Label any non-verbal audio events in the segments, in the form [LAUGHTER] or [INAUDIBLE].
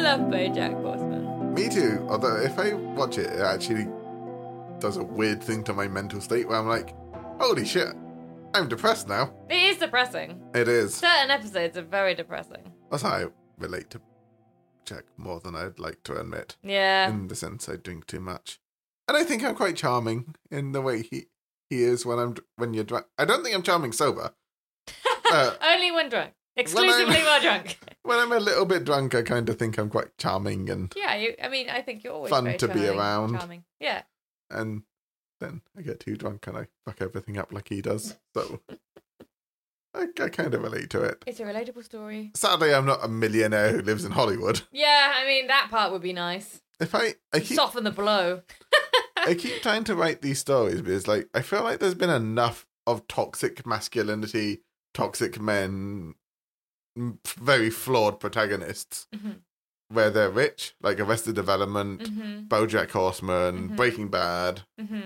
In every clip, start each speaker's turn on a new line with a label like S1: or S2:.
S1: love BoJack Horseman.
S2: Me too. Although if I watch it, it actually does a weird thing to my mental state where I'm like, holy shit, I'm depressed now.
S1: It is depressing.
S2: It is.
S1: Certain episodes are very depressing.
S2: That's how I relate to Jack more than I'd like to admit.
S1: Yeah.
S2: In the sense I drink too much, and I think I'm quite charming in the way he he is when I'm dr- when you're drunk. I don't think I'm charming sober. uh,
S1: Only when drunk. Exclusively
S2: [LAUGHS]
S1: while drunk.
S2: when I'm a little bit drunk, I kind of think I'm quite charming and
S1: Yeah, you, I mean, I think you're always
S2: Fun
S1: very
S2: to be
S1: charming-
S2: around.
S1: Charming. Yeah.
S2: and then I get too drunk and I fuck everything up like he does. So I, I kind of relate to it.
S1: It's a relatable story.
S2: Sadly, I'm not a millionaire who lives in Hollywood.
S1: Yeah, I mean, that part would be nice.
S2: If I [LAUGHS] I keep
S1: Soften the blow.
S2: I keep trying to write these stories because like I feel like there's been enough of toxic masculinity, toxic men, m- very flawed protagonists
S1: Mhm.
S2: where they're rich, like Arrested Development,
S1: hmm
S2: BoJack Horseman,
S1: Mhm.
S2: Breaking Bad,
S1: hmm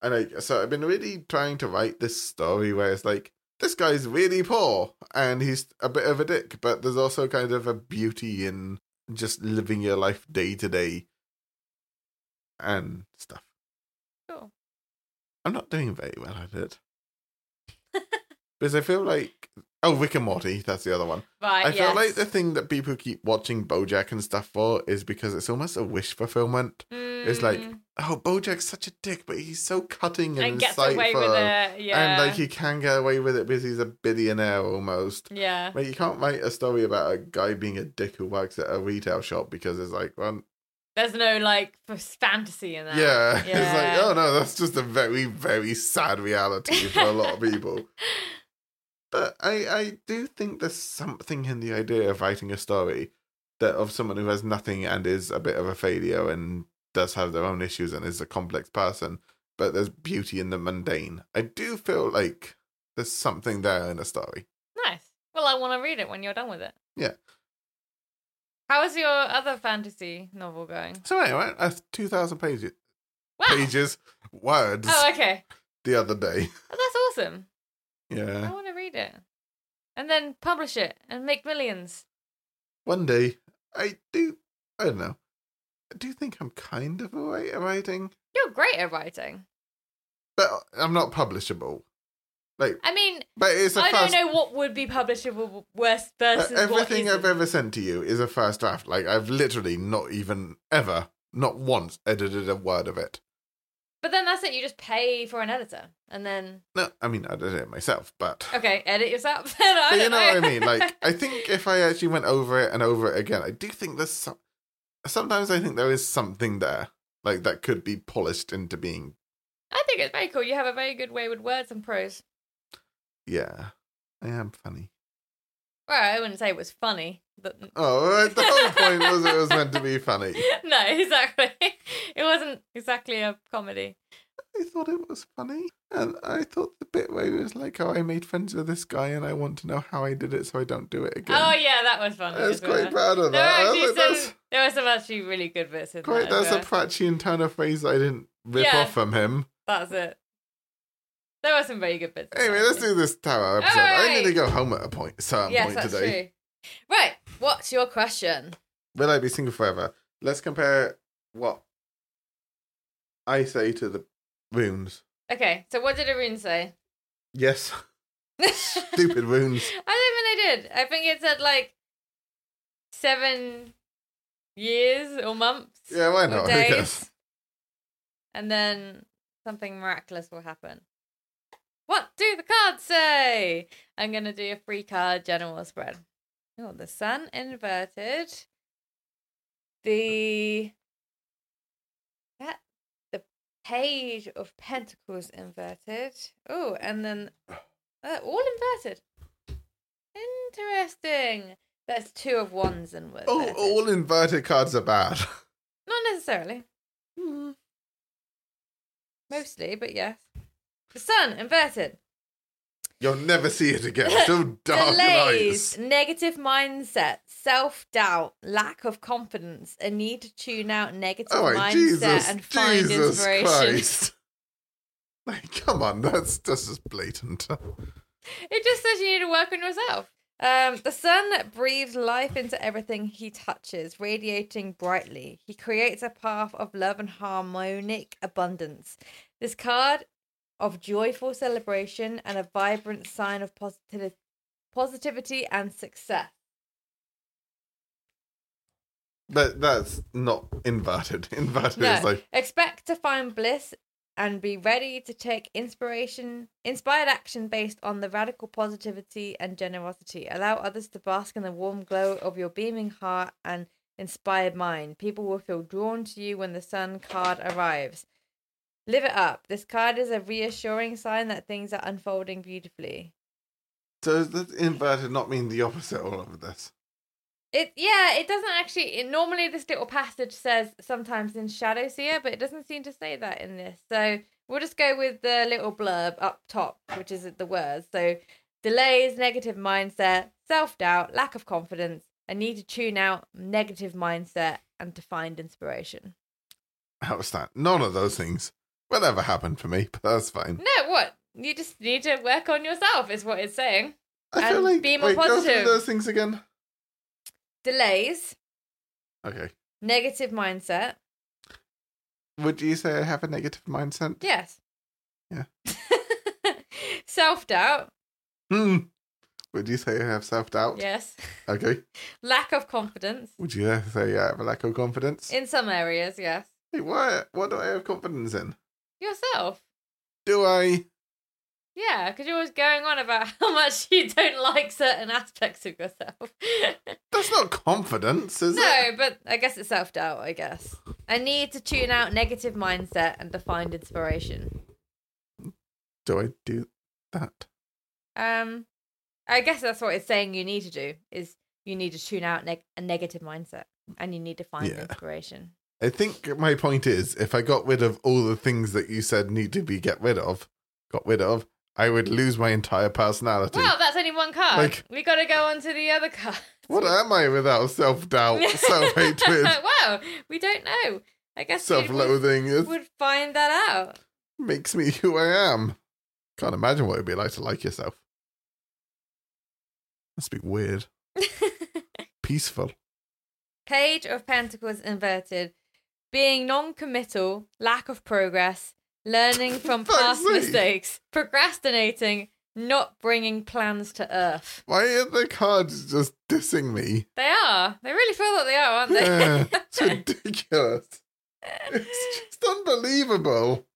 S2: and I so I've been really trying to write this story where it's like this guy's really poor and he's a bit of a dick, but there's also kind of a beauty in just living your life day to day and stuff.
S1: Cool.
S2: I'm not doing very well
S1: [LAUGHS]
S2: at it because I feel like oh Rick and Morty, that's the other one.
S1: Right,
S2: I
S1: Uh, yes.
S2: feel like the thing that people keep watching BoJack and stuff for is because it's almost a wish fulfillment. It's like,
S1: Mm,
S2: oh, BoJack's such a dick, but he's so cutting and,
S1: and gets
S2: insightful.
S1: away with it. Yeah.
S2: And like he can get away with it because he's a billionaire almost.
S1: yeah.
S2: Like you can't write a story about a guy being a dick who works at a retail shop because it's like, well,
S1: There's no like f- fantasy in that.
S2: yeah. [LAUGHS] it's
S1: Yeah.
S2: like, oh no, that's just a very, very sad reality for a lot of people.
S1: [LAUGHS]
S2: But I, I do think there's something in the idea of writing a story that of someone who has nothing and is a bit of a failure and does have their own issues and is a complex person, but there's beauty in the mundane. I do feel like there's something there in a story.
S1: Nice. Well, I want to read it when you're done with it.
S2: Yeah.
S1: How is your other fantasy novel going?
S2: So anyway, that's two thousand
S1: [LAUGHS]
S2: pages
S1: Wow.
S2: pages words
S1: Oh, okay.
S2: the other day. [LAUGHS]
S1: Oh, that's awesome. I
S2: Yeah.
S1: want to read it. And then publish it and make millions.
S2: One day I do I don't know. I do think I'm kind of alright at writing.
S1: You're great at writing.
S2: But uh, I'm not publishable. Like
S1: I mean,
S2: but it's a
S1: I
S2: first
S1: don't know what would be publishable worse
S2: Uh,
S1: versus what
S2: everything I've
S1: isn't.
S2: ever sent to you is a first draft. Like I've literally not even ever, not once, edited a word of it.
S1: But then that's it. You just pay for an editor, and then
S2: No, I mean I did it myself, but,
S1: okay, edit yourself. [LAUGHS] Oh, I
S2: but you
S1: don't
S2: know what I mean. Like I think if I actually went over it and over it again, I do think there's some. Sometimes I think there is something there, like that could be polished into being.
S1: [LAUGHS] I think it's very cool. You have a very good way with words and prose.
S2: Yeah, I am funny.
S1: Well, I wouldn't say it was funny. But...
S2: Oh, right, the whole point was it was meant to be funny.
S1: [LAUGHS] no, exactly. It wasn't exactly a comedy.
S2: I thought it was funny. And I thought the bit where he was like, oh, I made friends with this guy and I want to know how I did it so I don't do it again.
S1: Oh yeah, that was funny.
S2: I was
S1: as well.
S2: quite proud
S1: There
S2: of
S1: were
S2: that. I was
S1: actually
S2: like, that's
S1: some, there were some actually really good bits in
S2: quite,
S1: that. as
S2: that's a
S1: well.
S2: Pratchian turn of phrase I didn't rip
S1: Yeah.
S2: off from him.
S1: That's it. There were some very good bits. in
S2: Anyway,
S1: that,
S2: let's do this Tower episode. I need to
S1: Alright.
S2: go home at a point, certain
S1: Yes,
S2: point
S1: that's
S2: today.
S1: true. Right, what's your question?
S2: Will I be single forever? Let's compare what I say to the runes.
S1: Okay, so what did Arun say? [LAUGHS]
S2: Yes, [LAUGHS]
S1: I [LAUGHS]
S2: stupid runes.
S1: don't think they did. I think it said like seven years or months.
S2: Yeah, why
S1: or
S2: [LAUGHS] not? Who
S1: days,
S2: cares?
S1: And then something miraculous will happen. What do the cards say? I'm going to do a free card general spread. Oh, the sun inverted. The that the page of pentacles inverted. Oh, and then uh, all inverted. Interesting. That's two of wands and words.
S2: Oh, all inverted cards are bad. [LAUGHS]
S1: Not necessarily. Mostly, but yes. The sun inverted.
S2: You'll never see
S1: [LAUGHS]
S2: it again. So [LAUGHS] dark
S1: Delays,
S2: nights.
S1: negative mindset, self doubt, lack of confidence, a need to tune out negative
S2: Oh my
S1: mindset
S2: Jesus!
S1: and find
S2: Jesus
S1: inspiration.
S2: Christ! Like, come on, that's that's just blatant.
S1: It just says you need to work on yourself. Um, the sun breathes life into everything he touches, radiating brightly. He creates a path of love and harmonic abundance. This card of joyful celebration and a vibrant sign of positivity, positivity and success.
S2: But that's not inverted. [LAUGHS] Inverted
S1: No,
S2: is like
S1: expect to find bliss and be ready to take inspiration, inspired action based on the radical positivity and generosity. Allow others to bask in the warm glow of your beaming heart and inspired mind. People will feel drawn to you when the sun card arrives. Live it up. This card is a reassuring sign that things are unfolding beautifully.
S2: so. Does inverted not mean the opposite all of this?
S1: It yeah, it doesn't actually. It, normally, this little passage says sometimes in Shadowseer, but it doesn't seem to say that in this. So we'll just go with the little blurb up top, which is the words. So delays, negative mindset, self doubt, lack of confidence, a need to tune out negative mindset and to find inspiration.
S2: How was that? None of those things will ever happen for me, [LAUGHS] but that's fine.
S1: No, what you just need to work on yourself is what it's saying.
S2: I feel
S1: And
S2: like
S1: be more
S2: wait, go through
S1: positive.
S2: those things again.
S1: Delays,
S2: Okay.
S1: negative mindset.
S2: Would you say I have a negative mindset?
S1: Yes. [LAUGHS]
S2: Yeah.
S1: self doubt.
S2: Hmm. Would you say I have self doubt?
S1: Yes.
S2: Okay.
S1: lack of confidence
S2: Would you say I have a lack of confidence?
S1: in some areas yes
S2: Wait, what? What do I have confidence in?
S1: yourself
S2: Do I?
S1: yeah because you're always going on about [LAUGHS] how much you don't like certain aspects of yourself [LAUGHS]
S2: That's not confidence, is it?
S1: no but i guess it's self-doubt i guess i need to tune out negative mindset and to find inspiration
S2: Do I do that?
S1: um i guess that's what it's saying you need to do is you need to tune out neg- a negative mindset and you need to find
S2: Yeah.
S1: inspiration
S2: I think my point is if I got rid of all the things that you said need to be get rid of, got rid of, I would lose my entire personality.
S1: well that's only one card
S2: Like-
S1: we gotta go on to the other [LAUGHS] card
S2: what am I without
S1: [LAUGHS]
S2: self doubt, self hatred,
S1: wow we don't know i guess we- we-
S2: self loathing? It
S1: would find that out. [LAUGHS]
S2: makes me who I am. Can't imagine what it'd be like to like yourself. Must be weird. Peaceful.
S1: Page of Pentacles inverted. Being non committal, lack of progress, learning
S2: [LAUGHS]
S1: from
S2: Fuck's
S1: past
S2: sake.
S1: mistakes, procrastinating, not bringing plans to earth.
S2: Why are the cards just dissing me?
S1: They are. They really feel that they are, aren't
S2: [LAUGHS]
S1: they?
S2: Yeah, it's ridiculous. It's just unbelievable.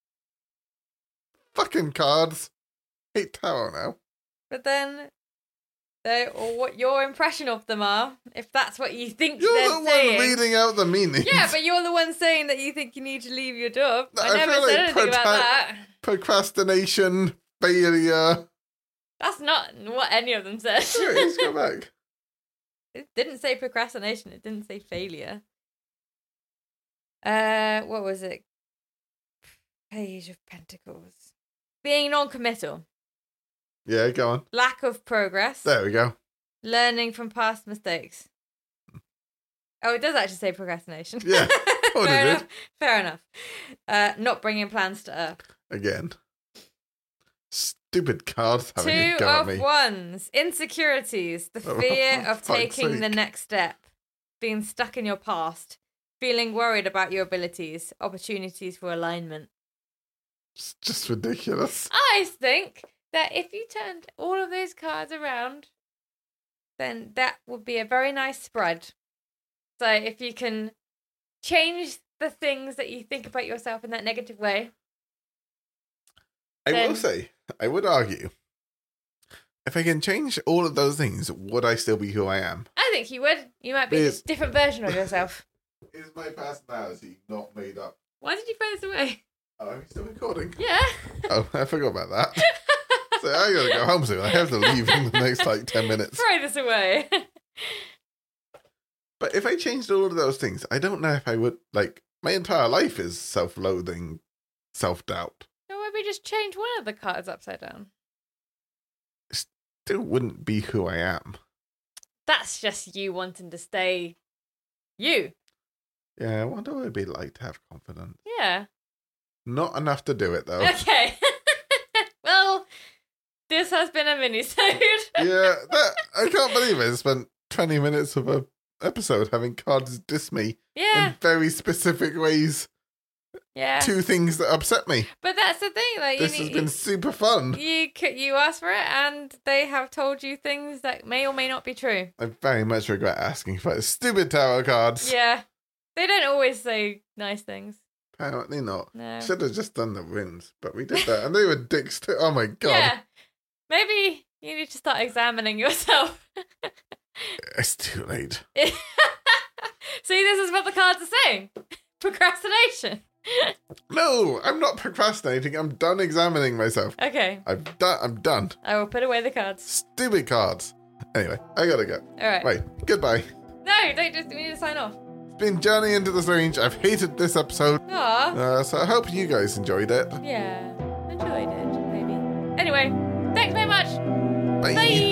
S2: Fucking cards. Hate tarot now.
S1: But then, they or what your impression of them are, if that's what you think
S2: You're
S1: they're
S2: the
S1: saying.
S2: one reading out the meanings.
S1: yeah, but you're the one saying that you think you need to leave your job.
S2: No,
S1: I
S2: I
S1: never
S2: feel
S1: said
S2: like
S1: anything about
S2: protect-
S1: that.
S2: Procrastination, failure.
S1: That's not what any of them said.
S2: Here, let's go back.
S1: [LAUGHS] It didn't say procrastination. It didn't say failure. Uh, what was it? Page of Pentacles. Being non-committal,
S2: Yeah, go on.
S1: lack of progress,
S2: There we go.
S1: learning from past mistakes. Oh, it does actually say procrastination. [LAUGHS]
S2: Yeah, oh, it
S1: fair
S2: did.
S1: enough. Fair enough. Uh, not bringing plans to earth.
S2: Again. Stupid cards having a
S1: Two
S2: go at
S1: of
S2: me.
S1: ones. Insecurities. The
S2: [LAUGHS] Oh,
S1: fear
S2: for
S1: of
S2: fuck's
S1: taking the
S2: sake.
S1: next step. Being stuck in your past. Feeling worried about your abilities. Opportunities for alignment.
S2: It's just ridiculous.
S1: I think that if you turned all of those cards around, then that would be a very nice spread. So if you can change the things that you think about yourself in that negative way.
S2: I will
S1: Then-
S2: say, I would argue, if I can change all of those things, would I still be who I am?
S1: I think you would. You might be
S2: Yes.
S1: a different version of
S2: [LAUGHS]
S1: yourself.
S2: Is my personality not made up?
S1: Why did you throw this away? [LAUGHS]
S2: Oh, are we still recording?
S1: Yeah.
S2: [LAUGHS] Oh, I forgot about that. [LAUGHS] so I gotta go home soon. I have to leave in the next like [LAUGHS] 10 minutes.
S1: Throw this away. [LAUGHS]
S2: But if I changed all of those things, I don't know if I would, like, my entire life is self loathing, self doubt.
S1: Or maybe just change one of the cards upside down.
S2: Still wouldn't be who I am.
S1: That's just you wanting to stay you.
S2: Yeah, what do I be like to have confidence?
S1: Yeah.
S2: Oh. [LAUGHS] Not enough to do it though.
S1: Okay. [LAUGHS] well, This has been a mini
S2: [LAUGHS] yeah, that, I can't believe I spent 20 minutes of a episode having cards diss me
S1: [LAUGHS] Yeah,
S2: in very specific ways.
S1: yeah.
S2: Two things that upset me.
S1: But that's the thing, like
S2: This
S1: you
S2: has
S1: need
S2: been super fun.
S1: you could you asked for it, and they have told you things that may or may not be true.
S2: I very much regret asking for stupid tarot cards.
S1: Yeah, they don't always say nice things.
S2: Apparently not.
S1: No.
S2: Should have just done the wins, but we did that, and they were dicks too. Oh my god!
S1: Yeah, maybe you need to start examining yourself.
S2: It's too late.
S1: [LAUGHS] See, this is what the cards are saying: [LAUGHS] procrastination.
S2: No, I'm not procrastinating. I'm done examining myself.
S1: Okay,
S2: I'm done. I'm done.
S1: I will put away the cards.
S2: Stupid cards. Anyway, I gotta go.
S1: All right.
S2: Right, goodbye.
S1: No, don't just we need to sign off.
S2: It's been Journey into the Strange. I've hated this episode,
S1: Aw.
S2: uh, so I hope you guys enjoyed it.
S1: Yeah, enjoyed it, maybe. Anyway, thanks very much.
S2: Bye.
S1: Bye.